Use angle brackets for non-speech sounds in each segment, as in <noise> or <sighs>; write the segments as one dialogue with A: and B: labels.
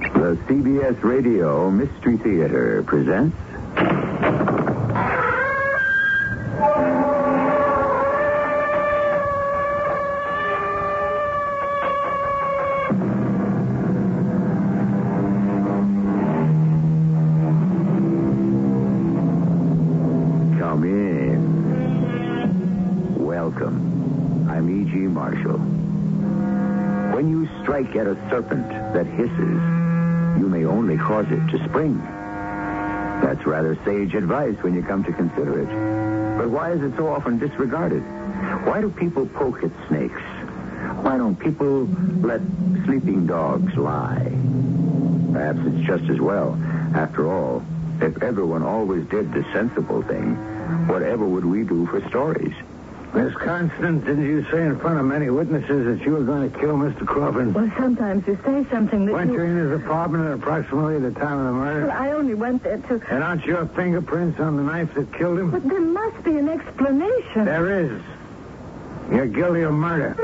A: The CBS Radio Mystery Theater presents. Come in. Welcome. I'm E.G. Marshall. When you strike at a serpent that hisses, you may only cause it to spring. That's rather sage advice when you come to consider it. But why is it so often disregarded? Why do people poke at snakes? Why don't people let sleeping dogs lie? Perhaps it's just as well. After all, if everyone always did the sensible thing, whatever would we do for stories?
B: Miss Constant, didn't you say in front of many witnesses that you were going to kill Mr. Crawford?
C: Well, sometimes you say something that
B: Went
C: you...
B: you in his apartment at approximately the time of the
C: Well,
B: murder?
C: I only went there to...
B: And aren't your fingerprints on the knife that killed him?
C: But there must be an explanation.
B: There is. You're guilty of murder.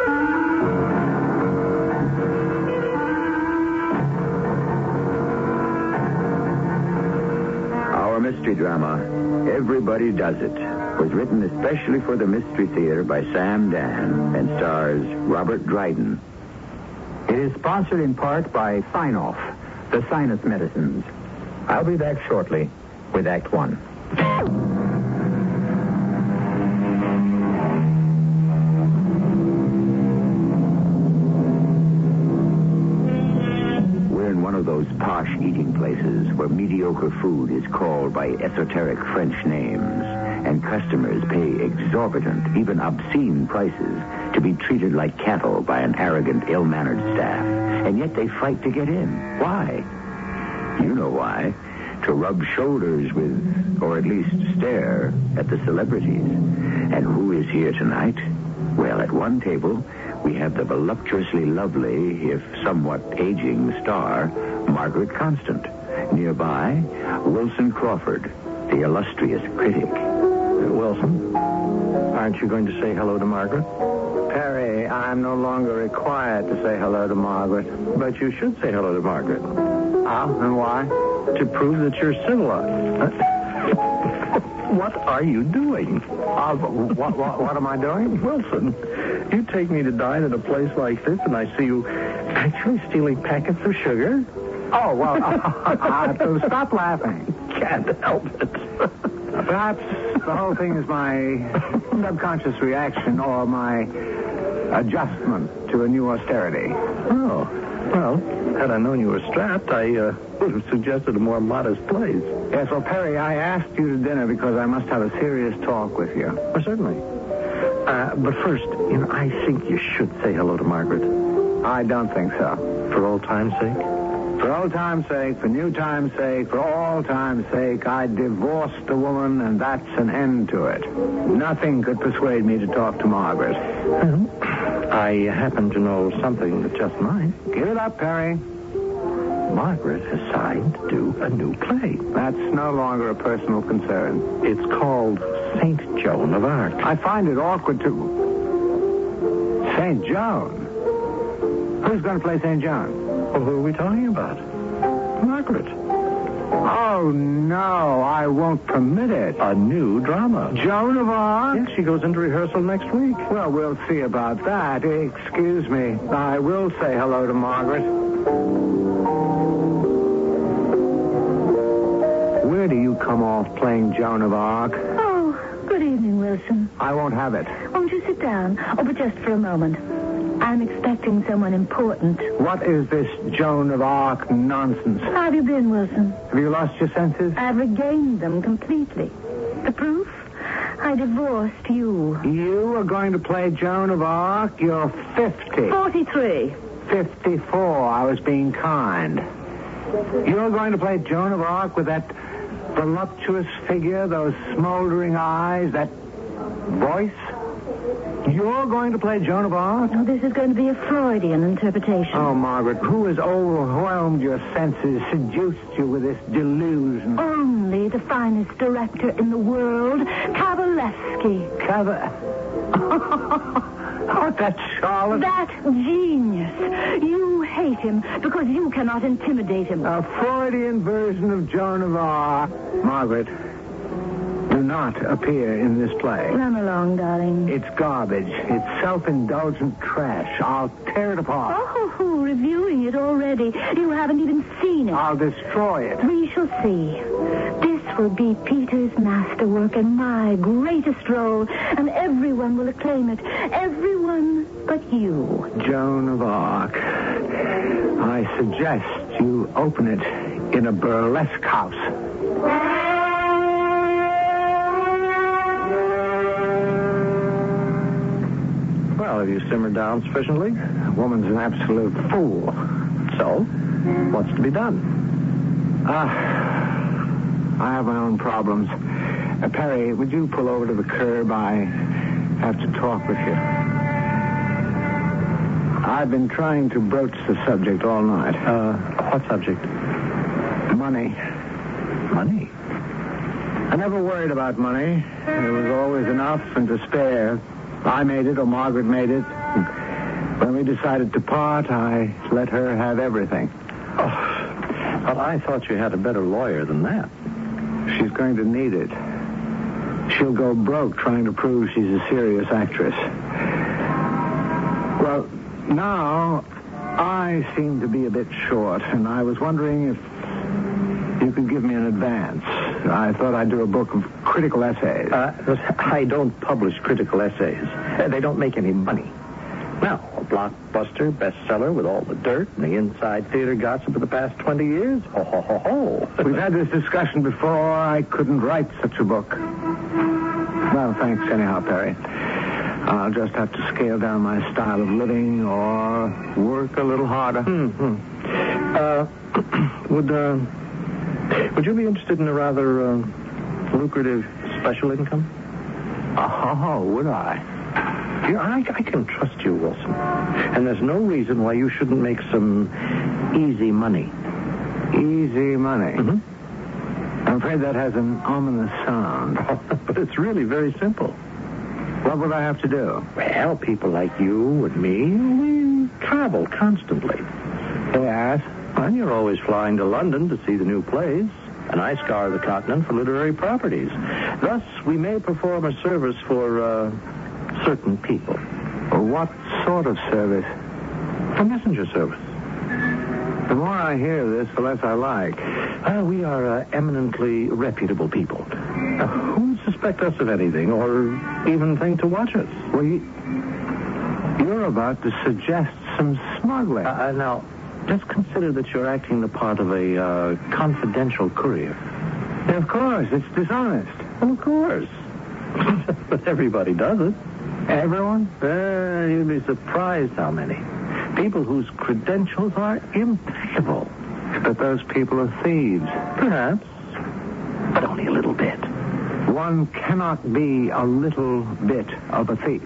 A: Our mystery drama, Everybody Does It, was written especially for the Mystery Theater by Sam Dan and stars Robert Dryden. It is sponsored in part by Signoff, the sinus medicines. I'll be back shortly with Act One. We're in one of those posh eating places where mediocre food is called by esoteric French names, and customers pay exorbitant, even obscene prices to be treated like cattle by an arrogant, ill-mannered staff. And yet they fight to get in. Why? You know why. To rub shoulders with, or at least stare at the celebrities. And who is here tonight? Well, at one table, we have the voluptuously lovely, if somewhat aging, star, Margaret Constant. Nearby, Wilson Crawford, the illustrious critic.
B: Wilson, aren't you going to say hello to Margaret? Perry, I'm no longer required to say hello to Margaret. But you should say hello to Margaret.
A: Ah,
B: How and why? To prove that you're similar.
A: Uh, What are you doing?
B: Uh, what, what, what am
A: <laughs>
B: I doing?
D: Wilson, you take me to dine at a place like this, and I see you actually stealing packets of sugar?
B: Oh, well, <laughs> so stop laughing.
D: Can't help it.
B: Perhaps the whole thing is my subconscious reaction or my adjustment to a new austerity.
D: Oh, well, had I known you were strapped, I uh, would have suggested a more modest place.
B: Yes, well, Perry, I asked you to dinner because I must have a serious talk with you.
D: Well, certainly. Uh, but first, you know, I think you should say hello to Margaret,
B: I don't think so.
D: for old time's sake.
B: For old time's sake, for new time's sake, for all time's sake, I divorced the woman, and that's an end to it. Nothing could persuade me to talk to Margaret.
D: Well, I happen to know something that just might.
B: Give it up, Perry.
D: Margaret has signed to do a new play.
B: That's no longer a personal concern.
D: It's called Saint Joan of Arc.
B: I find it awkward to. St. John? Who's going to play St. John?
D: Well, who are we talking about? Margaret.
B: Oh, no, I won't permit it.
D: A new drama.
B: Joan of Arc?
D: Yes, she goes into rehearsal next week.
B: Well, we'll see about that. Excuse me. I will say hello to Margaret. Where do you come off playing Joan of Arc?
C: Oh, good evening, Wilson.
B: I won't have it.
C: Won't you sit down? Oh, but just for a moment. I'm expecting someone important.
B: What is this Joan of Arc nonsense?
C: How have you been, Wilson?
B: Have you lost your senses?
C: I've regained them completely. The proof? I divorced you.
B: You are going to play Joan of Arc? You're 50.
C: 43.
B: 54. I was being kind. You're going to play Joan of Arc with that voluptuous figure, those smoldering eyes, that voice? You're going to play Joan of Arc?
C: Now, this is going to be a Freudian interpretation.
B: Oh, Margaret, who has overwhelmed your senses, seduced you with this delusion?
C: Only the finest director in the world, Kavalevsky.
B: Cover. <laughs> oh, that Charlotte.
C: That genius. You face him because you cannot intimidate him.
A: A Freudian version of Joan of Arc. Margaret, do not appear in this play.
C: Run along, darling.
A: It's garbage. It's self-indulgent trash. I'll tear it apart.
C: Oh, reviewing it already. You haven't even seen it.
A: I'll destroy it.
C: We shall see. This will be Peter's masterwork and my greatest role, and everyone will acclaim it. Everyone but you.
A: Joan of Arc. I suggest you open it in a burlesque house.
E: Well, have you simmered down sufficiently?
A: The woman's an absolute fool.
E: So, what's to be done?
A: Ah, I have my own problems. Uh, Perry, would you pull over to the curb? I have to talk with you. I've been trying to broach the subject all night.
E: Uh, what subject?
A: Money.
E: Money.
A: I never worried about money. There was always enough and to spare. I made it, or Margaret made it. When we decided to part, I let her have everything.
E: Oh, well, I thought you had a better lawyer than that.
A: She's going to need it. She'll go broke trying to prove she's a serious actress. Well, now I seem to be a bit short, and I was wondering if you could give me an advance. I thought I'd do a book of critical essays.
E: Uh, I don't publish critical essays. Uh, They don't make any money. Now, a blockbuster bestseller with all the dirt and the inside theater gossip of the past 20 years? Ho, ho, ho, ho.
A: We've had this discussion before. I couldn't write such a book. Well, thanks anyhow, Perry. I'll just have to scale down my style of living or work a little harder.
E: Hmm, Uh, <clears throat> would, uh, would you be interested in a rather uh, lucrative special income?
A: Oh, would I?
E: You, I, I can trust you, Wilson. And there's no reason why you shouldn't make some easy money. Mm-hmm.
A: Easy money. I'm afraid that has an ominous sound. <laughs>
E: but it's really very simple.
A: What would I have to do?
E: Well, people like you and me, we travel constantly.
A: Yes.
E: And you're always flying to London to see the new plays. And I scour the continent for literary properties. Thus, we may perform a service for uh, certain people.
A: What sort of service?
E: A messenger service.
A: The more I hear this, the less I like.
E: Well, we are uh, eminently reputable people. Uh, who would suspect us of anything or even think to watch us?
A: Well, you, you're about to suggest some smuggling.
E: Uh, uh, now, just consider that you're acting the part of a uh, confidential courier.
A: of course, it's dishonest.
E: Well, of course. <laughs> but everybody does it.
A: Everyone?
E: Uh, you'd be surprised how many. People whose credentials are impeccable.
A: But those people are thieves.
E: Perhaps. But only a little bit.
A: One cannot be a little bit of a thief.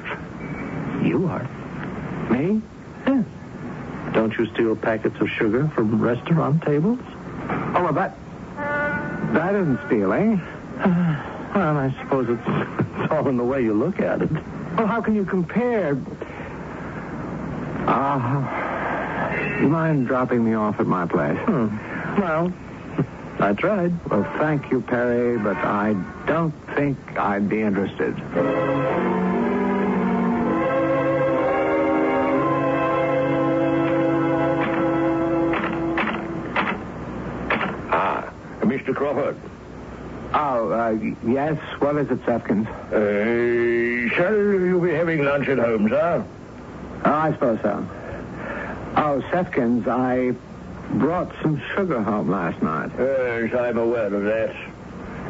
E: You are.
A: Me?
E: Yes. Don't you steal packets of sugar from restaurant tables?
A: Oh, well, that, that isn't stealing.
E: <sighs> Well, I suppose it's, it's all in the way you look at it.
A: Well, how can you compare? Ah, you mind dropping me off at my place?
E: Hmm. Well, I tried.
A: Well, thank you, Perry, but I don't think I'd be interested.
B: Ah, Mr. Crawford.
A: Oh, uh, yes. What is it, Sefkins?
B: Uh, shall you be having lunch at home, sir?
A: Oh, I suppose so. Oh, Sefkins, I brought some sugar home last night.
B: Yes, I'm aware of that.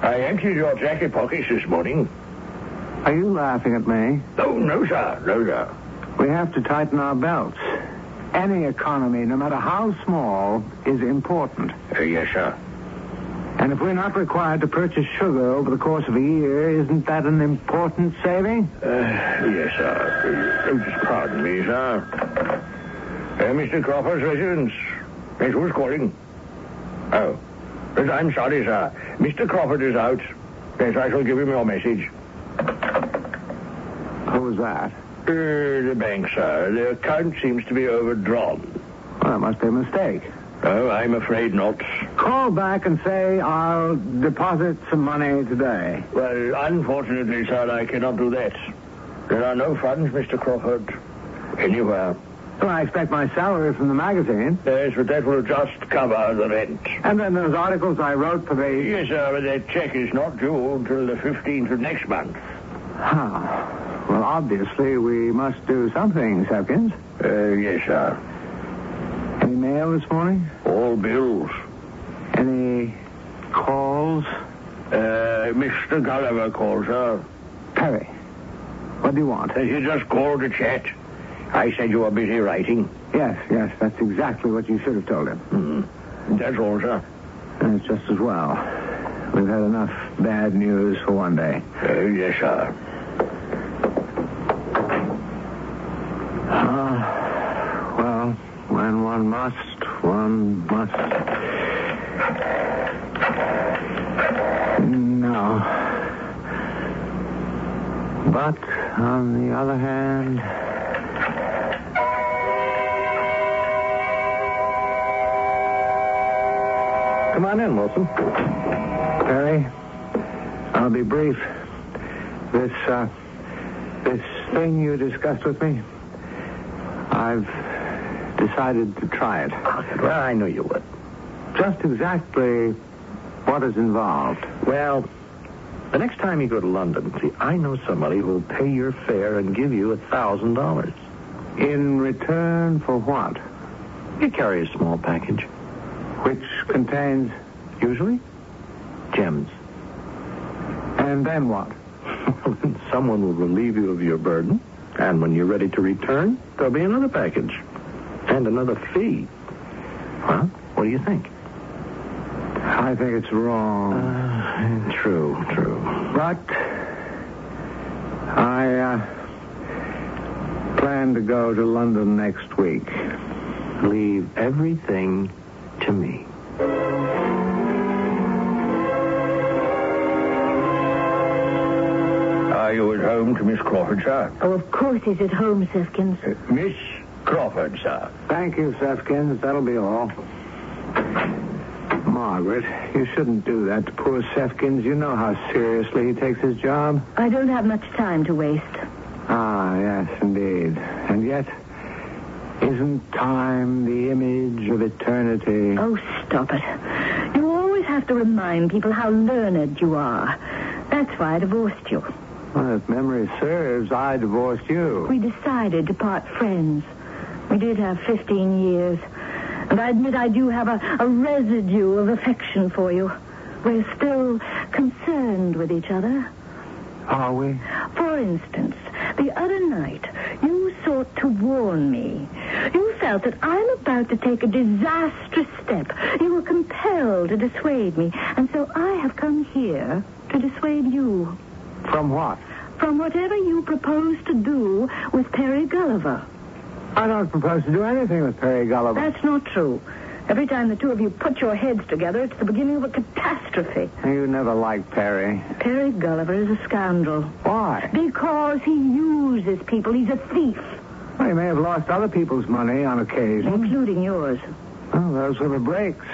B: I emptied your jacket pockets this morning.
A: Are you laughing at me?
B: Oh, no, sir. No, sir.
A: We have to tighten our belts. Any economy, no matter how small, is important.
B: Uh, yes, sir.
A: And if we're not required to purchase sugar over the course of a year, isn't that an important saving?
B: Uh, yes, sir. Uh, oh, just pardon me, sir. Uh, Mr. Crawford's residence. Yes, who's calling? Oh. Yes, I'm sorry, sir. Mr. Crawford is out. Yes, I shall give him your message.
A: Who was that?
B: Uh, the bank, sir. The account seems to be overdrawn. Well, that must be a mistake.
F: Oh, I'm afraid not.
B: Call back and say I'll deposit some money today.
F: Well, unfortunately, sir, I cannot do that. There are no funds, Mr. Crawford, anywhere.
B: Well, I expect my salary from the magazine.
F: Yes, but that will just cover the rent.
B: And then those articles I wrote for the...
F: Yes, sir, but that check is not due until the 15th of next month.
B: Ah. Well, obviously, we must do something, Hopkins.
F: Uh, yes, sir.
B: Any mail this morning?
F: All bills.
B: Any calls?
F: Uh, Mr. Gulliver called, sir.
B: Perry, what do you want?
F: Uh, You just called to chat. I said you were busy writing.
B: Yes, yes, that's exactly what you should have told him.
F: Hmm. That's all, sir.
B: And it's Uh, just as well. We've had enough bad news for one day.
F: Uh, yes, sir.
B: Ah, well, when one must, one must. No. But on the other hand.
D: Come on in, Wilson.
B: Perry, I'll be brief. This, uh, this thing you discussed with me, I've decided to try it.
D: Well, I knew you would.
B: Just exactly what is involved.
D: Well, the next time you go to London, see, I know somebody who'll pay your fare and give you a thousand dollars.
B: In return for what?
D: You carry a small package,
B: Which contains
D: usually gems.
B: and
D: <laughs>
B: then what?
D: Then Someone will relieve you of your burden, and when you're ready to return, there'll be another package and another fee. Huh? What do you think?
B: I think it's wrong.
D: Uh, true, true.
B: but I uh, plan to go to London next week.
D: Leave everything to me.
F: Are you at home to Miss Crawford, sir?
C: Oh, of course he's at home, Sifkins.
F: Miss Crawford, sir.
B: Thank you, Sefkins. That'll be all. Margaret, you shouldn't do that to poor Sefkins. You know how seriously he takes his job.
C: I don't have much time to waste.
B: Ah, yes, indeed. And yet, isn't time the image of eternity?
C: Oh, stop it. You always have to remind people how learned you are. That's why I divorced you.
B: Well, if memory serves, I divorced you.
C: We decided to part friends. We did have 15 years. And I admit I do have a, a residue of affection for you. We're still concerned with each other.
B: Are we?
C: For instance, the other night, you sought to warn me. You felt that I'm about to take a disastrous step. You were compelled to dissuade me, and so I have come here to dissuade you
B: From what?
C: from whatever you propose to do with Perry Gulliver.
B: I don't propose to do anything with Perry Gulliver.
C: That's not true. Every time the two of you put your heads together, it's the beginning of a catastrophe.
B: You never liked Perry.
C: Perry Gulliver is a scoundrel
B: Why?
C: because he uses people. He's a thief,
B: Well, he may have lost other people's money on occasion.
C: including yours.
B: Well, those were the breaks,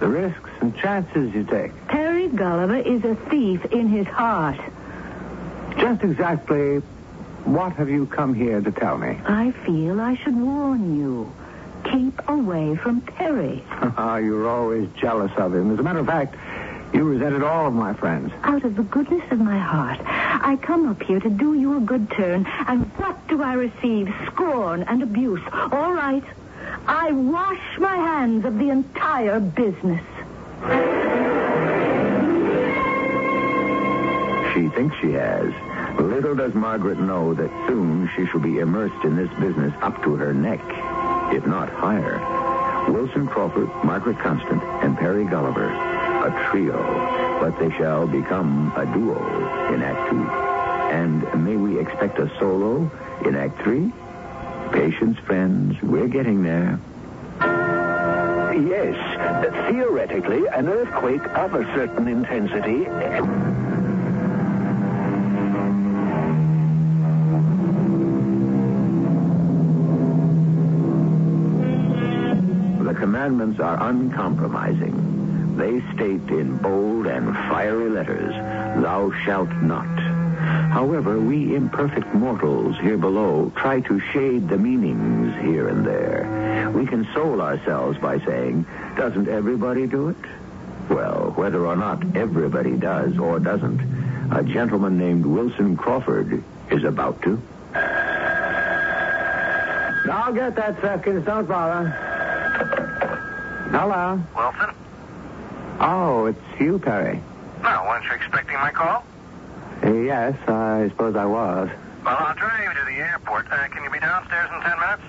B: the risks and chances you take.
C: Perry Gulliver is a thief in his heart.
B: Just exactly what have you come here to tell me? <laughs>
C: I feel I should warn you. Keep away from Perry.
B: you were Ah, always jealous of him. As a matter of fact, you resented all of my friends.
C: Out of the goodness of my heart, I come up here to do you a good turn, and what do I receive? Scorn and abuse. All right. I wash my hands of the entire business.
A: She thinks she has. Little does Margaret know that soon she shall be immersed in this business up to her neck, if not higher. Wilson Crawford, Margaret Constant, and Perry Gulliver, a trio, but they shall become a duo in Act Two. And may we expect a solo in Act Three? Patience, friends, we're getting there. Yes, theoretically, an earthquake of a certain intensity commandments are uncompromising. They state in bold and fiery letters, Thou shalt not. However, we imperfect mortals here below try to shade the meanings here and there. We console ourselves by saying, Doesn't everybody do it? Well, whether or not everybody does or doesn't, a gentleman named Wilson Crawford is about to.
B: I'll get that, Sefkins. Don't bother. Hello.
G: Wilson?
B: Oh, it's you, Perry. Uh,
G: No, weren't you expecting my call?
B: Yes, I suppose I was.
G: Well, I'll drive you to the airport. Uh, can you be downstairs in ten minutes?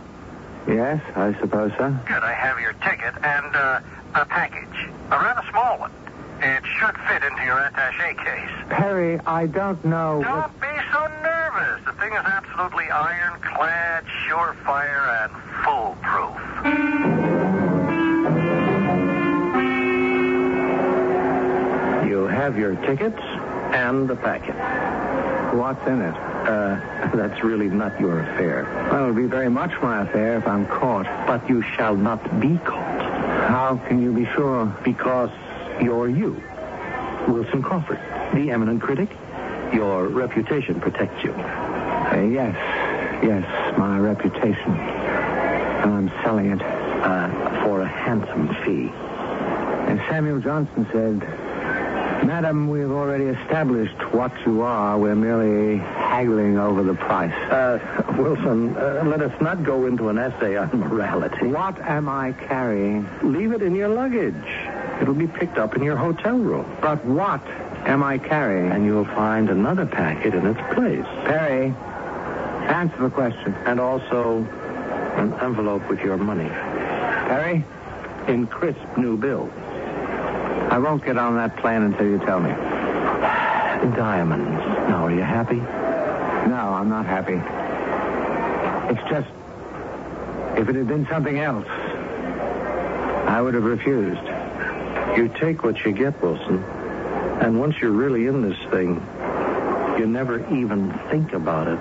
B: Yes, I suppose so.
G: Good. I have your ticket and uh, a package. A rather small one. It should fit into your attache case.
B: Perry, I don't know. what-
G: Don't be so nervous. The thing is absolutely ironclad, surefire, and foolproof.
D: You have your tickets and the packet.
B: What's in it?
D: Uh, <laughs> that's really not your affair.
B: Well, it'll be very much my affair if I'm caught.
D: But you shall not be caught
B: How can you be sure?
D: because you're you, Wilson Crawford, the eminent critic. Your reputation protects you.
B: Uh, yes, yes, my reputation. And I'm selling it.
D: Uh, for a handsome fee.
B: As Samuel Johnson said, Madam, we have already established what you are. We're merely haggling over the price.
D: Uh, Wilson, uh, let us not go into an essay on morality.
B: What am I carrying?
D: Leave it in your luggage. It'll be picked up in your hotel room.
B: But what am I carrying?
D: And you'll find another packet in its place.
B: Perry, answer the question.
D: And also an envelope with your money
B: Perry,
D: in crisp new bills.
B: I won't get on that plane until you tell me. <sighs>
D: Diamonds. Now, are you happy?
B: No, I'm not happy. It's just, if it had been something else, I would have refused.
D: You take what you get, Wilson. And once you're really in this thing, you never even think about it.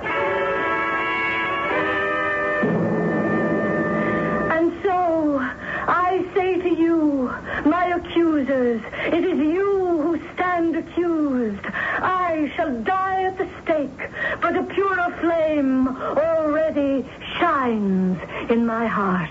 C: And so, I say to you, my accusers, it is you who stand accused. I shall die at the stake, but a purer flame already shines in my heart.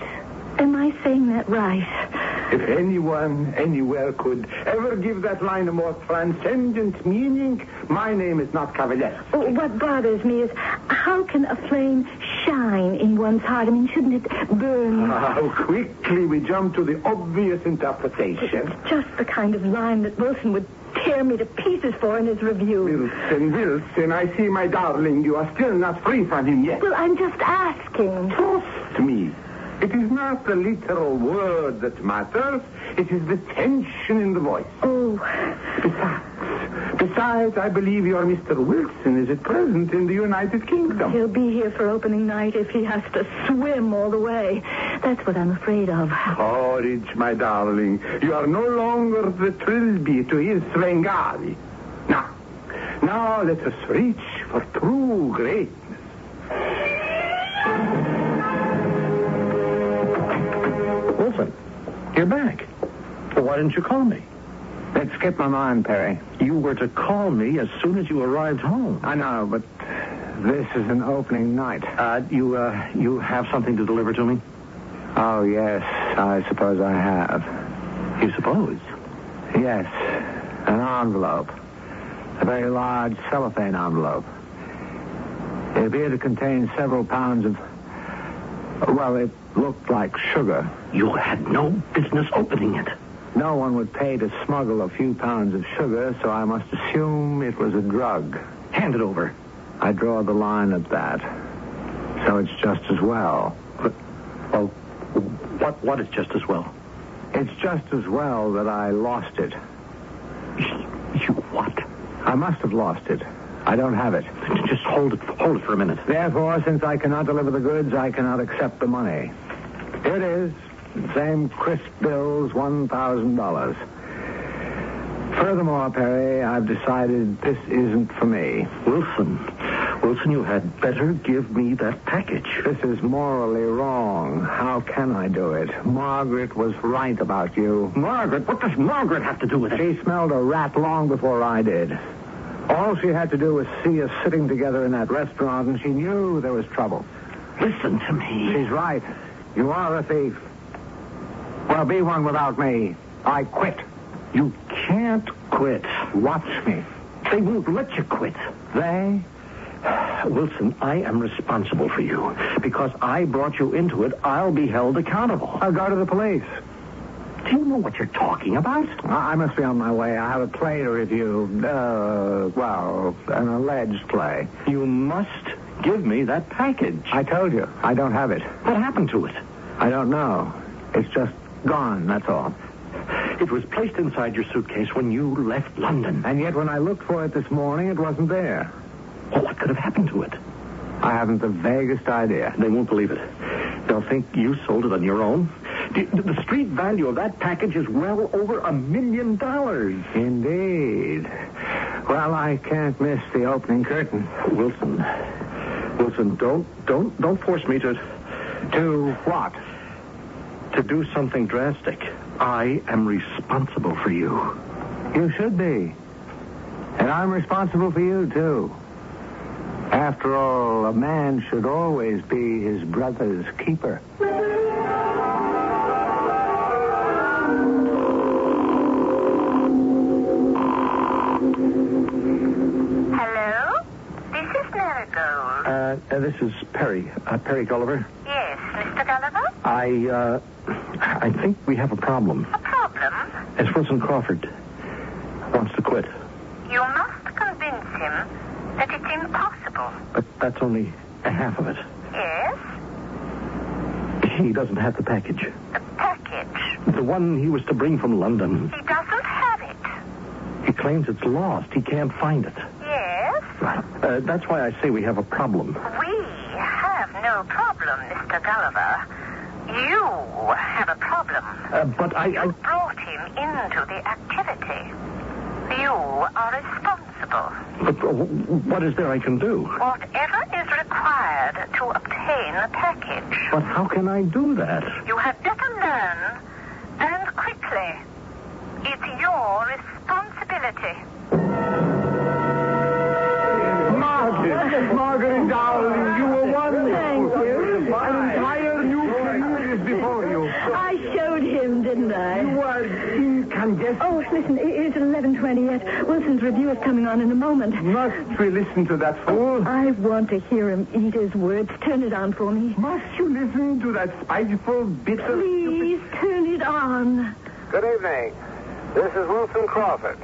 C: Am I saying that right?
B: If anyone, anywhere could ever give that line a more transcendent meaning, my name is not Cavalier.
C: Oh, What bothers me is how can a flame shine in one's heart? I mean, shouldn't it burn?
B: How quickly we jump to the obvious interpretation.
C: It's just the kind of line that Wilson would tear me to pieces for in his review.
B: Wilson, Wilson, I see, my darling, you are still not free from him yet.
C: Well, I'm just asking.
B: Trust me. It is not the literal word that matters. It is the tension in the voice.
C: Oh,
B: Besides, besides, I believe your Mr. Wilson is at present in the United Kingdom.
C: he'll be here for opening night if he has to swim all the way. That's what I'm afraid of.
B: Courage, my darling. You are no longer the Trilby to his Svengali. Now, now let us reach for true greatness.
D: Wilson, you're back. Well, why didn't you call me?
B: That skipped my mind, Perry.
D: You were to call me as soon as you arrived home.
B: I know, but this is an opening night.
D: Uh, you, uh, you have something to deliver to me?
B: Oh, yes, I suppose I have.
D: You suppose?
B: Yes, an envelope. A very large cellophane envelope. It appeared to contain several pounds of. Well, it looked like sugar.
D: You had no business opening it.
B: No one would pay to smuggle a few pounds of sugar, so I must assume it was a drug.
D: Hand it over.
B: I draw the line at that. So it's just as well.
D: But, well, what, what is just as well?
B: It's just as well that I lost it.
D: You what?
B: I must have lost it. I don't have it.
D: Just hold it, hold it for a minute.
B: Therefore, since I cannot deliver the goods, I cannot accept the money. Here it is. Same crisp bills, $1,000. Furthermore, Perry, I've decided this isn't for me.
D: Wilson,
B: Wilson, you had better give me that package.
G: This is morally wrong. How can I do it? Margaret was right about you.
B: Margaret, what does Margaret have to do with it?
G: She smelled a rat long before I did. All she had to do was see us sitting together in that restaurant, and she knew there was trouble.
B: Listen to me.
G: She's right. You are a thief. Well, be one without me. I quit.
B: You can't quit.
G: Watch me.
B: They won't let you quit.
G: They?
B: Wilson, I am responsible for you. Because I brought you into it, I'll be held accountable.
G: I'll go to the police.
B: Do you know what you're talking about?
G: I I must be on my way. I have a play to review. Uh, well, an alleged play.
B: You must give me that package.
G: I told you, I don't have it.
B: What happened to it?
G: I don't know. It's just gone, that's all.
B: It was placed inside your suitcase when you left London.
G: And yet when I looked for it this morning, it wasn't there.
B: Well, what could have happened to it?
G: I haven't the vaguest idea.
B: They won't believe it. They'll think you sold it on your own. The, the street value of that package is well over a million dollars.
G: Indeed. Well, I can't miss the opening curtain.
B: Wilson, Wilson, don't don't don't force me to
G: To what?
B: to do something drastic. I am responsible for you.
G: You should be. And I'm responsible for you, too. After all, a man should always be his brother's keeper.
H: Hello? This is Marigold.
B: Uh, this is Perry, uh, Perry Gulliver.
H: Yes, Mr. Gulliver?
B: I uh, I think we have a problem.
H: A problem?
B: It's Wilson Crawford. Wants to quit,
H: You must convince him that it's impossible.
B: but that's only a half of it.
H: Yes?
B: He doesn't have the package.
H: The package.
B: The one he was to bring from London.
H: He doesn't have it.
B: He claims it's lost. He can't find it.
H: Yes?
B: Uh, that's why I say we have a problem.
H: We have no problem, Mr. Gulliver. You have a problem.
B: Uh, but I, I
H: You brought him into the activity. You are responsible.
B: but uh, what is there I can do?
H: Whatever is required to obtain the package.
B: But how can I do that?
H: You had better learn, and quickly. It's your responsibility.
G: Margaret! Margaret, darling, you were wonderful.
C: Thank you.
G: An entire new career is before you.
C: I showed him, didn't I?
G: are incandescent.
C: Oh, listen, it is 11.20 yet. Wilson's review is coming on in a moment.
G: Must we listen to that fool?
C: I want to hear him eat his words. Turn it on for me.
G: Must you listen to that spiteful, bitter...
C: Please turn it on.
G: Good evening. This is Wilson Crawford.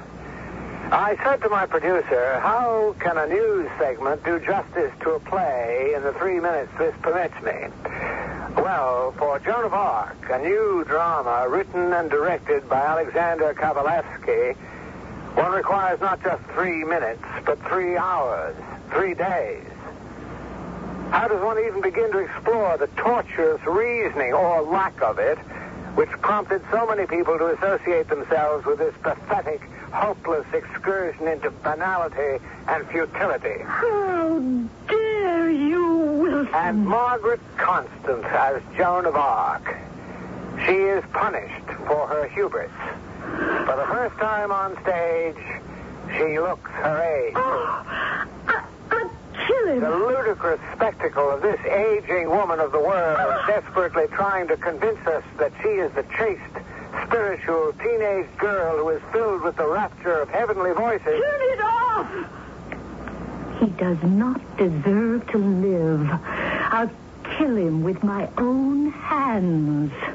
G: I said to my producer, how can a news segment do justice to a play in the three minutes this permits me? Well, for Joan of Arc, a new drama written and directed by Alexander Kavalevsky, one requires not just three minutes, but three hours, three days. How does one even begin to explore the tortuous reasoning, or lack of it, which prompted so many people to associate themselves with this pathetic, hopeless excursion into banality and futility?
C: How dare you, Wilson?
G: And Margaret Constance as Joan of Arc. She is punished for her hubris. For the first time on stage, she looks her age.
C: Oh, I, I'll kill him.
G: The ludicrous spectacle of this aging woman of the world desperately trying to convince us that she is the chaste, spiritual teenage girl who is filled with the rapture of heavenly voices.
C: Turn it off! He does not deserve to live. I'll kill him with my own hands.
I: Uh,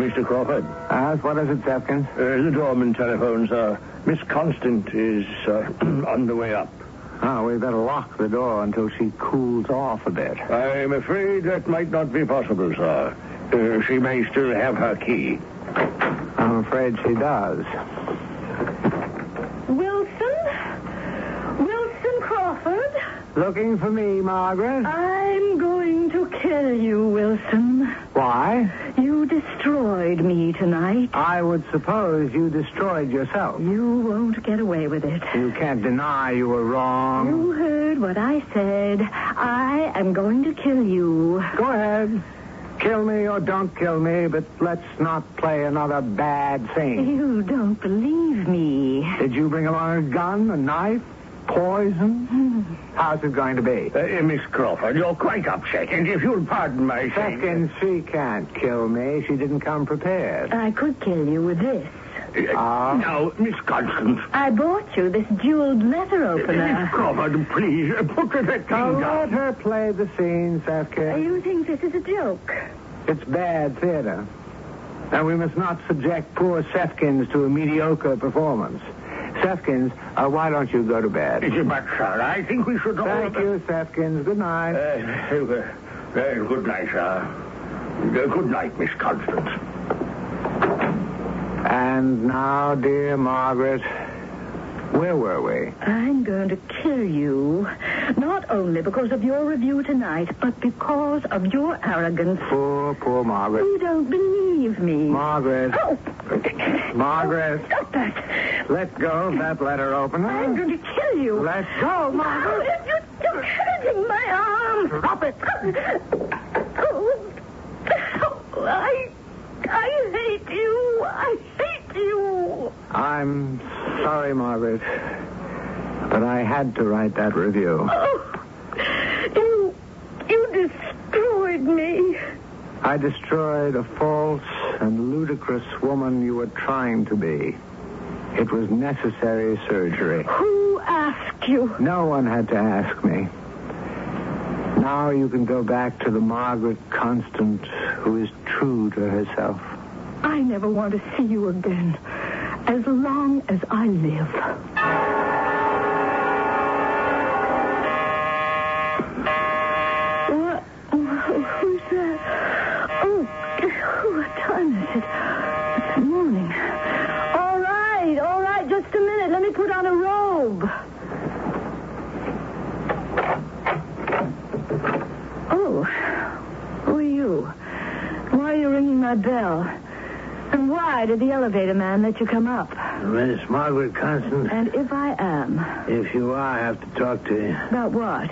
I: Mr. Crawford,
G: As Ah, what is it, Zepkins?
I: uh, the doorman telephones. Uh, Miss Constant is uh, <clears throat> on the way up.
G: Oh, we better lock the door until she cools off a bit.
I: I'm afraid that might not be possible, sir. Uh, she may still have her key.
G: I'm afraid she does.
C: Wilson? Wilson Crawford?
G: Looking for me, Margaret?
C: I'm going to kill you, Wilson.
G: Why?
C: You You destroyed me tonight.
B: I would suppose you destroyed yourself.
C: You won't get away with it.
B: You can't deny you were wrong.
C: You heard what I said. I am going to kill you.
B: Go ahead. Kill me or don't kill me, but let's not play another bad
C: <laughs>
B: thing.
C: You don't believe me.
B: Did you bring along a gun, a knife, poison? How's it going to be?
F: Uh, Miss Crawford, you're quite upset, and if you'll pardon my saying...
B: Second, she can't kill me. She didn't come prepared.
C: I could kill you with this.
B: Ah.
F: Now, uh, Miss Constance,
C: I bought you this jeweled letter
F: Miss
C: opener.
F: Crawford, please, uh, put that thing
B: Now let
F: down.
B: her play the scene, Safka.
C: You think this is a joke?
B: It's bad theater. And we must not subject poor Sefkins to a mediocre performance. Sefkins, uh, why don't you go to bed?
F: It's But, sir, I think we should all...
B: Thank you, Sefkins. Good night.
F: Uh, uh, well, good night, sir. Uh, good night, Miss Constance.
B: And now, dear Margaret, where were we?
C: I'm going to kill you. Not only because of your review tonight, but because of your arrogance.
B: Poor, poor Margaret.
C: You don't believe me.
B: Margaret,
C: Oh,
B: Margaret,
C: stop that.
B: let go of that letter
C: I'm
B: opener.
C: going to kill you.
B: Let go,
C: How
B: Margaret.
C: did you do hurting my arm? Drop it. Oh, I, I hate you. I hate you.
B: I'm sorry, Margaret, but I had to write that review.
C: Oh, you, you destroyed me.
B: I destroyed a false and ludicrous woman you were trying to be. It was necessary surgery.
C: Who asked you?
B: No one had to ask me. Now you can go back to the Margaret Constant who is true to herself.
C: I never want to see you again. As long as I live. What? Who's that? Oh, what time is it? It's morning. All right, all right, just a minute. Let me put on a robe. Oh, who are you? Why are you ringing my bell? And why did the elevator man let you come up?
B: Miss Margaret Constant,
C: And if I am,
B: if you are, I have to talk to you.
C: about what?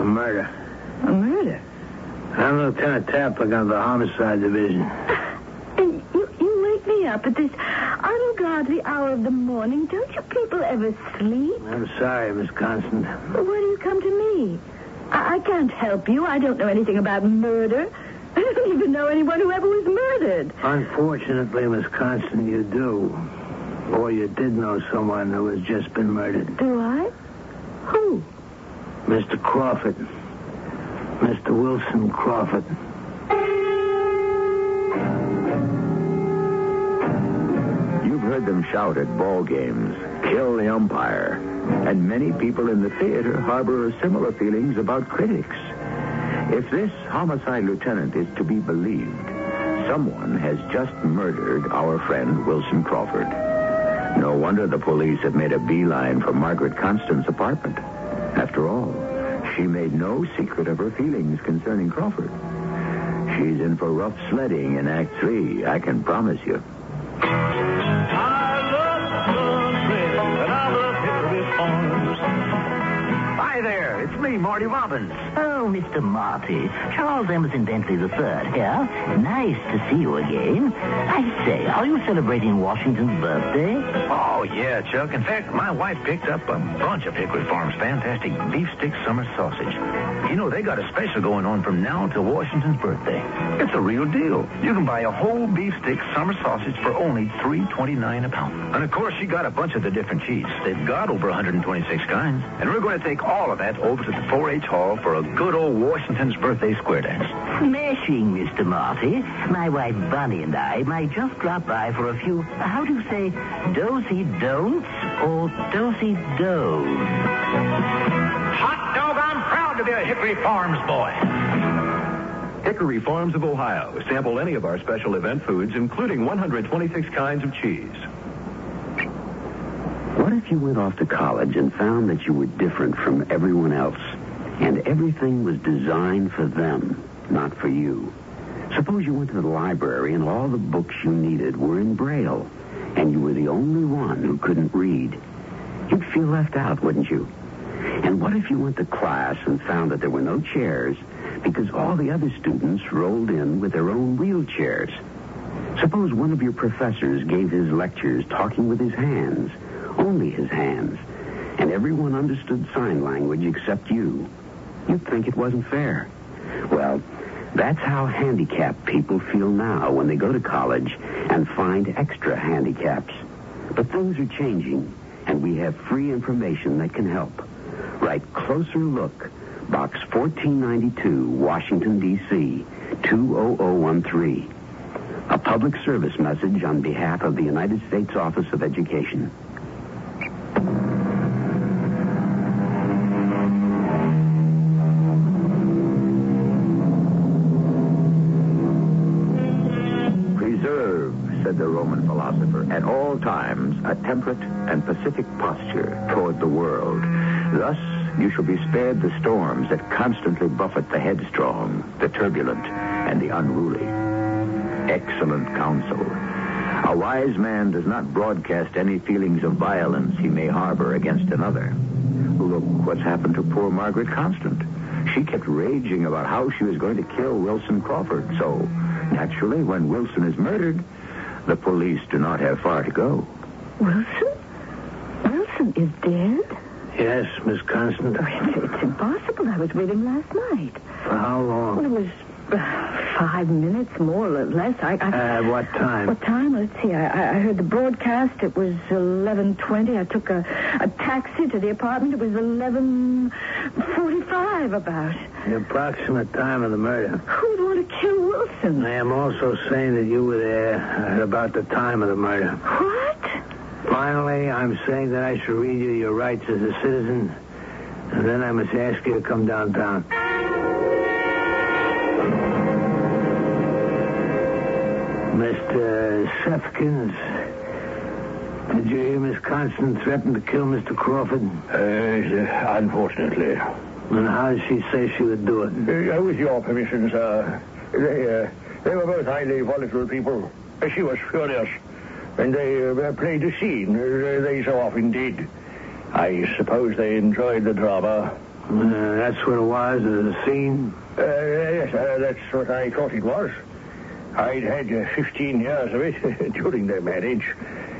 B: A murder.
C: A murder?
B: I'm Lieutenant Taplock of the Homicide Division.
C: And you, you wake me up at this ungodly hour of the morning. Don't you people ever sleep?
B: I'm sorry, Miss Constant.
C: Why do you come to me? I, I can't help you. I don't know anything about murder. <laughs> I don't even know anyone who ever was murdered.
B: Unfortunately, Miss Constant, you do. Or you did know someone who has just been murdered.
C: Do I? Who?
B: Mr. Crawford. Mr. Wilson Crawford.
A: You've heard them shout at ball games, kill the umpire. And many people in the theater harbor similar feelings about critics. If this homicide lieutenant is to be believed, someone has just murdered our friend Wilson Crawford. No wonder the police have made a beeline for Margaret Constant's apartment. After all, she made no secret of her feelings concerning Crawford. She's in for rough sledding in Act Three, I can promise you.
J: Hi there, it's me, Marty Robbins. Oh, Mr. Marty, Charles Emerson Bentley III here. Nice to see you again. I say, are you celebrating Washington's birthday?
K: Oh, yeah, Chuck. In fact, my wife picked up a bunch of Pickwick Farms fantastic beef stick summer sausage. You know, they got a special going on from now till Washington's birthday. It's a real deal. You can buy a whole beef stick summer sausage for only $3.29 a pound. And of course, you got a bunch of the different cheese. They've got over 126 kinds. And we're going to take all of that over to the 4-H Hall for a good old Washington's birthday square dance.
J: Smashing, Mr. Marty. My wife Bunny and I might just drop by for a few, how do you say, dosy don'ts or dosy dos?
K: Hot dog, I'm proud to be a Hickory Farms boy. Hickory Farms of Ohio. Sample any of our special event foods, including 126 kinds of cheese.
A: What if you went off to college and found that you were different from everyone else and everything was designed for them, not for you? Suppose you went to the library and all the books you needed were in Braille, and you were the only one who couldn't read. You'd feel left out, wouldn't you? And what if you went to class and found that there were no chairs because all the other students rolled in with their own wheelchairs? Suppose one of your professors gave his lectures talking with his hands, only his hands, and everyone understood sign language except you. You'd think it wasn't fair. Well, that's how handicapped people feel now when they go to college and find extra handicaps. But things are changing, and we have free information that can help. Write Closer Look, Box 1492, Washington, D.C., 20013. A public service message on behalf of the United States Office of Education. Preserve, said the Roman philosopher, at all times a temperate and pacific posture toward the world. Thus, you shall be spared the storms that constantly buffet the headstrong, the turbulent, and the unruly. Excellent counsel. A wise man does not broadcast any feelings of violence he may harbor against another. Look what's happened to poor Margaret Constant. She kept raging about how she was going to kill Wilson Crawford, so naturally, when Wilson is murdered, the police do not have far to go.
C: Wilson? Wilson is dead?
B: Yes, Miss Constant.
C: It's, it's impossible. I was with him last night.
B: For how
C: Well, it
B: long?
C: was uh, five minutes more or less. I, I
B: At what time?
C: What time? Let's see. I, I- I heard the broadcast. It was eleven twenty. I took a, a taxi to the apartment. It was eleven forty-five. About
B: The approximate time of the murder.
C: who'd want to kill Wilson?
B: I am also saying that you were there at about the time of the murder.
C: What?
B: Finally, I'm saying that I should read you your rights as a citizen, and then I must ask you to come downtown. Mr. Sefkins, did you hear Miss Constant threaten to kill Mr. Crawford?
F: Uh, unfortunately.
B: And how did she say she would do it?
F: Uh, with your permission, sir. They, uh, they were both highly volatile people. Uh, She was furious. And they uh, played a scene, as they so often did. I suppose they enjoyed the drama.
B: Uh, that's what it was, the scene.
F: Uh, yes, uh, that's what I thought it was. I'd had uh, 15 years of it <laughs> during their marriage.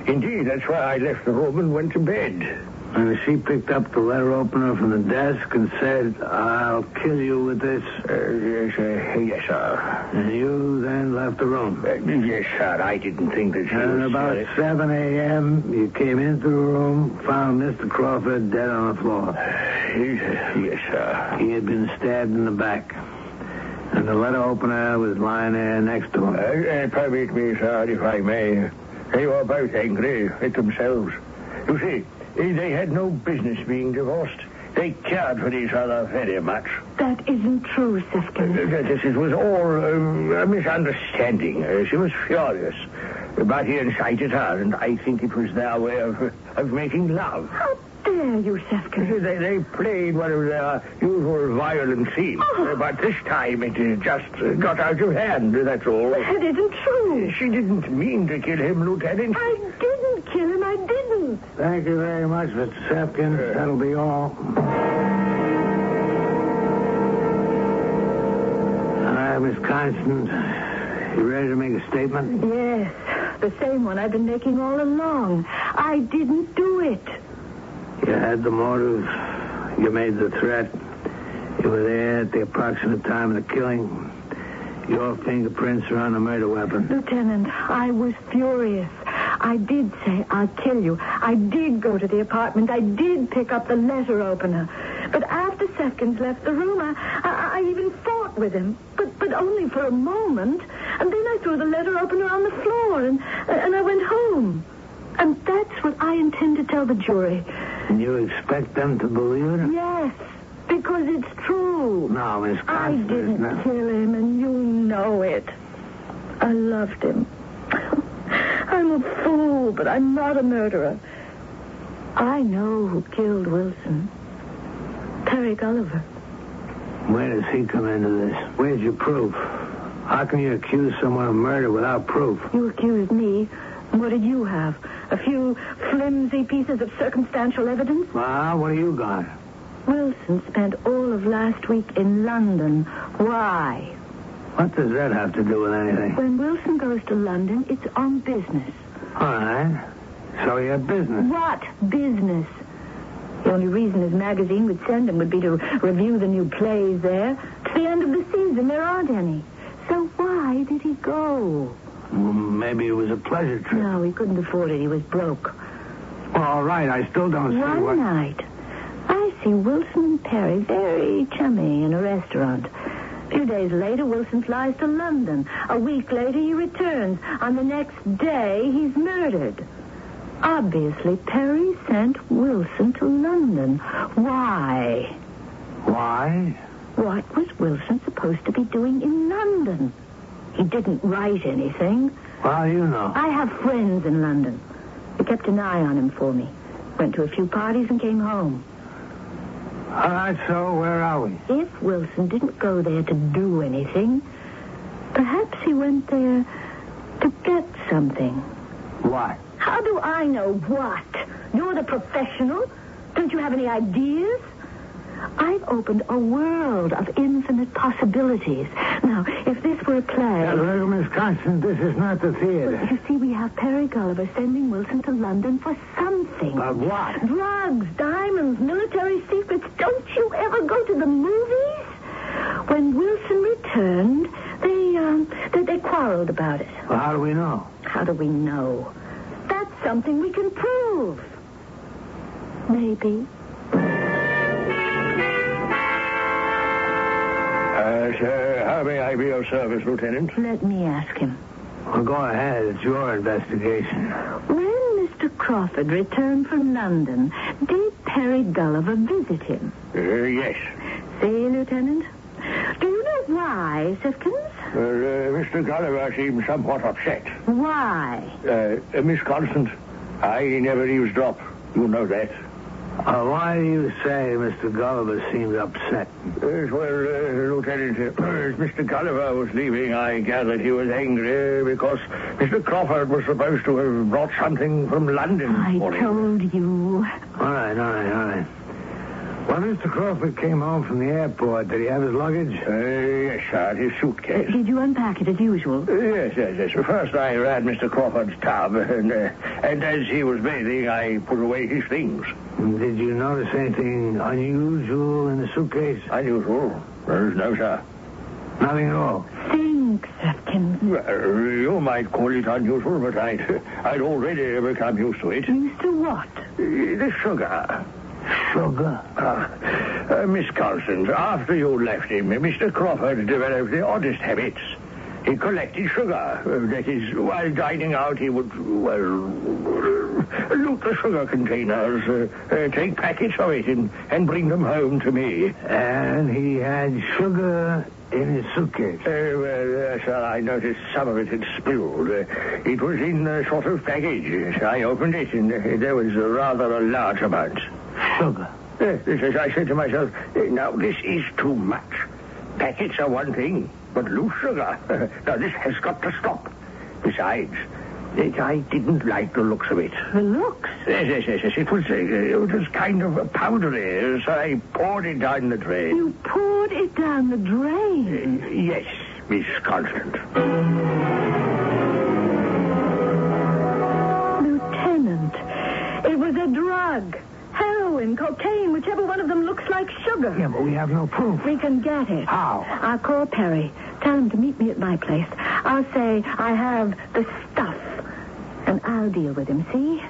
F: Indeed, that's why I left the room and went to bed.
B: And she picked up the letter opener from the desk and said, I'll kill you with this.
F: Uh, yes, uh, yes, sir.
B: And you then left the room.
F: Uh, yes, sir. I didn't think that she
B: And
F: was uh,
B: about 7 a.m., you came into the room, found Mr. Crawford dead on the floor.
F: Uh, Yes, sir.
B: He had been stabbed in the back. And the letter opener was lying there next to
F: Uh,
B: him.
F: uh, permit me, sir, if I may. They were both angry at themselves. You see, eh, they had no business being divorced. They cared for each other very much. Uh,
C: That isn't true, Sefkin.
F: This it was all um, a misunderstanding. Uh, she was furious. But he incited her, and I think it was their way of, of making love.
C: How dare you, Sefkin?
F: They, they played one of their usual violent scenes, uh, but this time it uh, just uh, got out of hand, that's all.
C: That isn't true.
F: She didn't mean to kill him, Lieutenant.
C: I didn't kill him. I didn't.
B: Thank you very much, Mr. Sefkins. That'll be all. All right, Miss Constant, you ready to make a statement?
C: Yes, the same one I've been making all along. I didn't do it.
B: You had the motive. You made the threat. You were there at the approximate time of the killing. Your fingerprints are on the murder weapon.
C: Lieutenant, I was furious. I did say, I'll kill you. I did go to the apartment. I did pick up the letter opener. But after Sefkins left the room, I, I, I even fought with him. But, but only for a moment. And then I threw the letter opener on the floor and, and I went home. And that's what I intend to tell the jury.
B: And you expect them to believe it?
C: Yes, because it's true.
B: No, Miss
C: I
B: Constant.
C: didn't
B: no.
C: kill him, and you know it. I loved him. <laughs> I'm a fool, but I'm not a murderer. I know who killed Wilson. Terry Gulliver.
B: Where does he come into this? Where's your proof?
A: How can you accuse someone of murder without proof?
C: You accused me. What did you have? A few flimsy pieces of circumstantial evidence?
A: Ah, what do you got?
C: Wilson spent all of last week in London. Why?
A: What does that have to do with anything?
C: When Wilson goes to London, it's on business.
A: All right. So you have business.
C: What business? The only reason his magazine would send him would be to review the new plays there. It's the end of the season. There aren't any. So why did he go?
A: Well, maybe it was a pleasure trip.
C: No, he couldn't afford it. He was broke.
A: Well, all right. I still don't see
C: One
A: what.
C: night, I see Wilson and Perry very chummy in a restaurant. A few days later, Wilson flies to London. A week later, he returns. On the next day, he's murdered. Obviously, Perry sent Wilson to London. Why?
A: Why?
C: What was Wilson supposed to be doing in London? He didn't write anything.
A: Well, you know.
C: I have friends in London. They kept an eye on him for me. Went to a few parties and came home.
A: All right, so where are we?
C: If Wilson didn't go there to do anything, perhaps he went there to get something.
A: What?
C: How do I know what? You're the professional. Don't you have any ideas? I've opened a world of infinite possibilities. Now, if this were a play.
A: Now, look, Miss Constance, this is not the theater.
C: You see, we have Perry Gulliver sending Wilson to London for something.
A: But what?
C: Drugs, diamonds, military secrets. Don't you ever go to the movies? When Wilson returned, they, um, they, they quarreled about it.
A: Well, how do we know?
C: How do we know? That's something we can prove. Maybe.
B: Uh, sir, how may I be of service, Lieutenant?
C: Let me ask him.
A: Well, go ahead. It's your investigation.
C: When Mr. Crawford returned from London, did Perry Gulliver visit him?
B: Uh, yes.
C: See, Lieutenant? Do you know why, Sifkins?
B: Uh, uh, Mr. Gulliver seems somewhat upset.
C: Why?
B: Uh, uh, Miss Constance, I never eavesdrop. You know that.
A: Uh, why do you say Mr. Gulliver seems upset?
B: Yes, well, uh, Lieutenant, uh, as Mr. Gulliver was leaving, I gathered he was angry because Mr. Crawford was supposed to have brought something from London
C: I
B: for him.
C: told you.
A: All right, all right, all right. When Mr. Crawford came home from the airport, did he have his luggage?
B: Uh, yes, sir, his suitcase.
C: Did you unpack it as usual?
B: Uh, Yes, yes, yes. First, I ran Mr. Crawford's tub, and, uh, and as he was bathing, I put away his things.
A: Did you notice anything unusual in the suitcase?
B: Unusual. There's no, sir.
A: Nothing at all.
C: Think, Sifkins.
B: Well, you might call it unusual, but I'd, <laughs> I'd already become used to it.
C: Used to what?
B: The sugar.
A: Sugar.
B: Ah, uh, Miss Constance, after you left him, Mr. Crawford developed the oddest habits. He collected sugar. Uh, That is, while dining out, he would, well, loot the sugar containers, uh, uh, take packets of it, and, and bring them home to me.
A: And he had sugar in his suitcase.
B: Uh, well, uh, sir, I noticed some of it had spilled. Uh, it was in a sort of package. I opened it, and uh, there was a rather a large amount.
A: Sugar.
B: Uh, this is- I said to myself, uh, now this is too much. Packets are one thing, but loose sugar. <laughs> now this has got to stop. Besides, it, I didn't like the looks of it.
C: The looks.
B: Yes, yes, yes, yes. It was, uh, it was kind of powdery, so I poured it down the drain. Uh,
C: You poured it down the drain.
B: Yes, Miss Constance.
C: Lieutenant, it was a drug. Heroin, cocaine, whichever one of them looks like sugar.
A: Yeah, but we have no proof.
C: We can get it.
A: How?
C: I'll call Perry. Tell him to meet me at my place. I'll say I have the stuff. And I'll deal with him, see?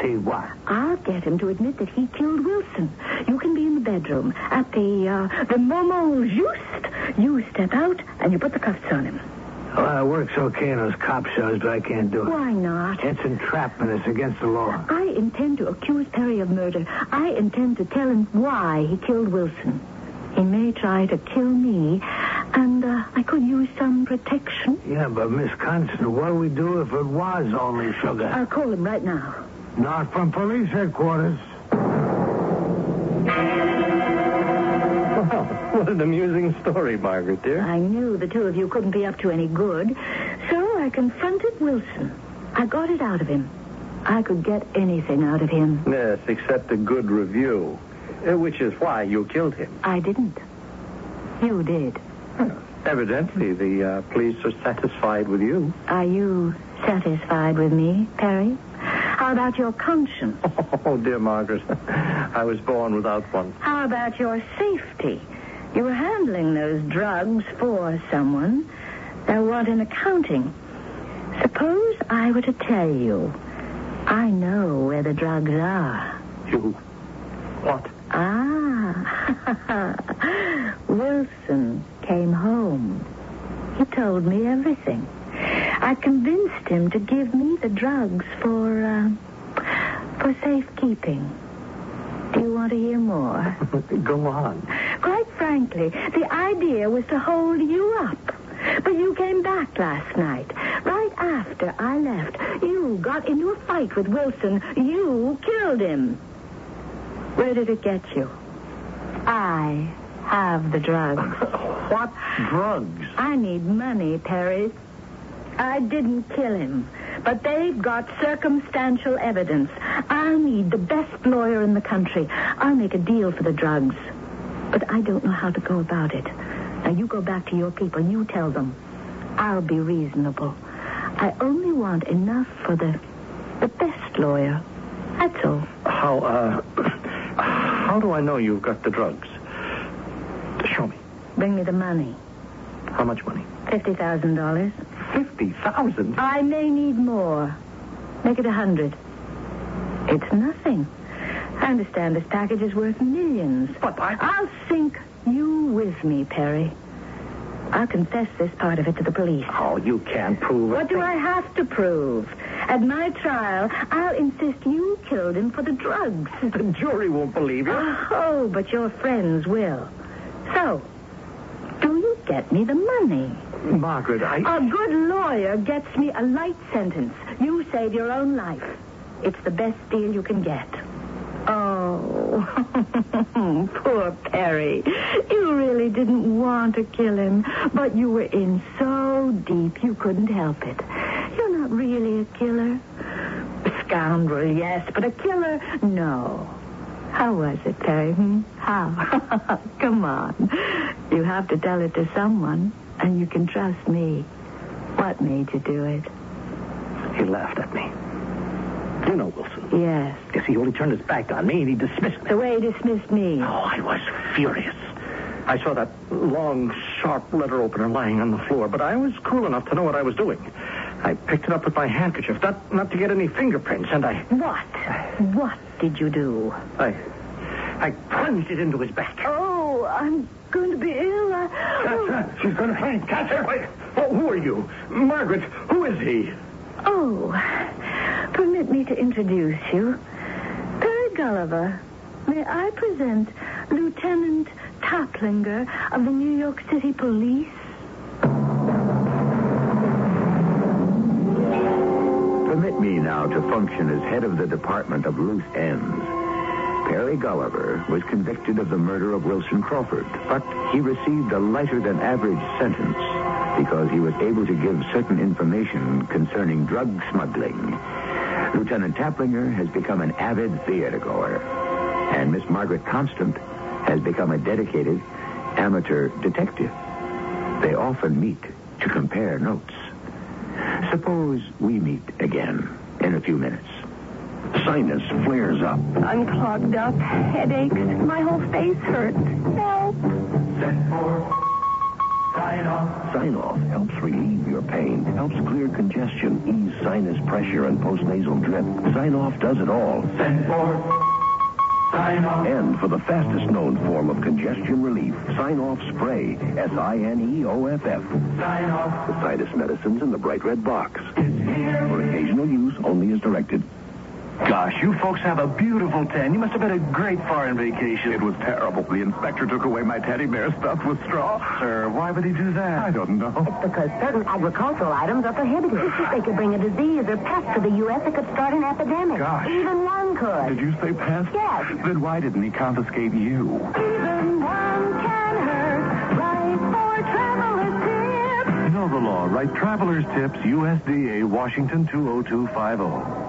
A: See what?
C: I'll get him to admit that he killed Wilson. You can be in the bedroom at the, uh, the Momo Juste. You step out and you put the cuffs on him.
A: Well, it works okay in those cop shows, but I can't do it.
C: Why not?
A: It's entrapment. It's against the law.
C: I intend to accuse Perry of murder. I intend to tell him why he killed Wilson. He may try to kill me, and uh, I could use some protection.
A: Yeah, but Miss Constance, what do we do if it was only sugar?
C: I'll call him right now.
A: Not from police headquarters.
L: Well,
M: <laughs> What an amusing story, Margaret, dear.
C: I knew the two of you couldn't be up to any good, so I confronted Wilson. I got it out of him. I could get anything out of him.
M: Yes, except a good review, uh, which is why you killed him.
C: I didn't. You did.
M: Evidently, the uh, police are satisfied with you. <laughs>
C: Are you satisfied with me, Perry? How about your conscience?
M: Oh, dear Margaret, <laughs> I was born without one.
C: How about your safety? You were handling those drugs for someone. There wasn't accounting. Suppose I were to tell you, I know where the drugs are.
M: You.
A: <laughs>
M: What?
C: Ah. <laughs> Wilson came home. He told me everything. I convinced him to give me the drugs for, uh, for safekeeping. Do you want to hear more?
M: Go on.
C: Quite frankly, the idea was to hold you up. But you came back last night. Right after I left, you got into a fight with Wilson. You killed him. Where did it get you? I have the <laughs> drugs.
M: what drugs?
C: I need money, Perry. I didn't kill him, but they've got circumstantial evidence. I need the best lawyer in the country. I'll make a deal for the drugs. But I don't know how to go about it. Now, you go back to your people. You tell them. I'll be reasonable. I only want enough for the, the best lawyer. That's all.
M: How, uh, how do I know you've got the drugs? Show me.
C: Bring me the money.
M: How much money?
C: $50,000.
M: 50,000?
C: I may need more. Make it a hundred. It's nothing. I understand this package is worth millions.
M: But I...
C: I'll sink you with me, Perry. I'll confess this part of it to the police.
M: Oh, you can't prove it.
C: What do I have to prove? At my trial, I'll insist you killed him for the drugs.
M: The jury won't believe you.
C: Oh, but your friends will. So, do you get me the money?
M: Margaret, I...
C: A good lawyer gets me a light sentence. You save your own life. It's the best deal you can get. Oh, <laughs> poor Perry. You really didn't want to kill him, but you were in so deep you couldn't help it. You're not really a killer. A scoundrel, yes, but a killer, no. How was it, Perry? Hmm? How? <laughs> Come on. You have to tell it to someone, and you can trust me. What made you do it?
M: He laughed at me. You know Wilson.
C: Yes.
M: Yes, he only turned his back on me and he dismissed me.
C: The way he dismissed me.
M: Oh, I was furious. I saw that long, sharp letter opener lying on the floor, but I was cool enough to know what I was doing. I picked it up with my handkerchief, not, not to get any fingerprints, and I,
C: What? What did you do?
M: I, I plunged it into his back.
C: Oh, I'm going to be ill. I...
M: She's going to faint. Catch her! Wait. Oh, who are you? Margaret, who is he?
C: Oh, permit me to introduce you. Perry Gulliver, may I present Lieutenant Toplinger of the New York City Police?
B: Permit me now to function as head of the Department of Loose Ends. Perry Gulliver was convicted of the murder of Wilson Crawford, but he received a lighter than average sentence because he was able to give certain information concerning drug smuggling. Lieutenant Taplinger has become an avid theater goer, and Miss Margaret Constant has become a dedicated amateur detective. They often meet to compare notes. Suppose we meet again in a few minutes. Sinus flares up.
N: I'm clogged up, headaches, my whole face hurts. Help!
B: Sign off helps relieve your pain, helps clear congestion, ease sinus pressure, and postnasal drip. Sign off does it all. Send Sign off. And for the fastest known form of congestion relief, sign off spray. S I N E O F F. Sign off. The sinus medicines in the bright red box. For occasional use only as directed.
O: Gosh, you folks have a beautiful tan. You must have been a great foreign vacation. It was terrible. The inspector took away my teddy bear stuffed with straw. Sir, why would he do that? I don't know.
P: Because certain agricultural items are prohibited. They could bring a disease or pest to the U.S. that could start an epidemic.
O: Gosh.
P: Even one could.
O: Did you say pest?
P: Yes.
O: Then why didn't he confiscate you?
P: Even one can hurt.
Q: the law, write Traveler's Tips, USDA, Washington 20250.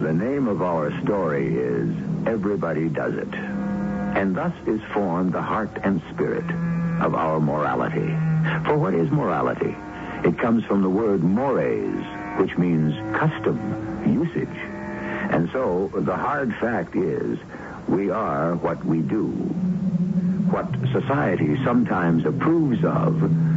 B: The name of our story is Everybody Does It. And thus is formed the heart and spirit of our morality. For what is morality? It comes from the word mores, which means custom, usage. And so the hard fact is we are what we do. What society sometimes approves of,